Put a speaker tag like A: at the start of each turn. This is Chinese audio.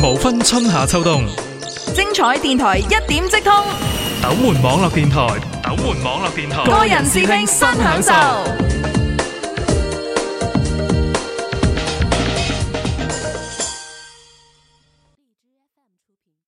A: 無分春夏秋冬，
B: 精彩電台一點即通，
A: 斗門網絡電台，斗門網絡電台，
B: 個人視聽新享受。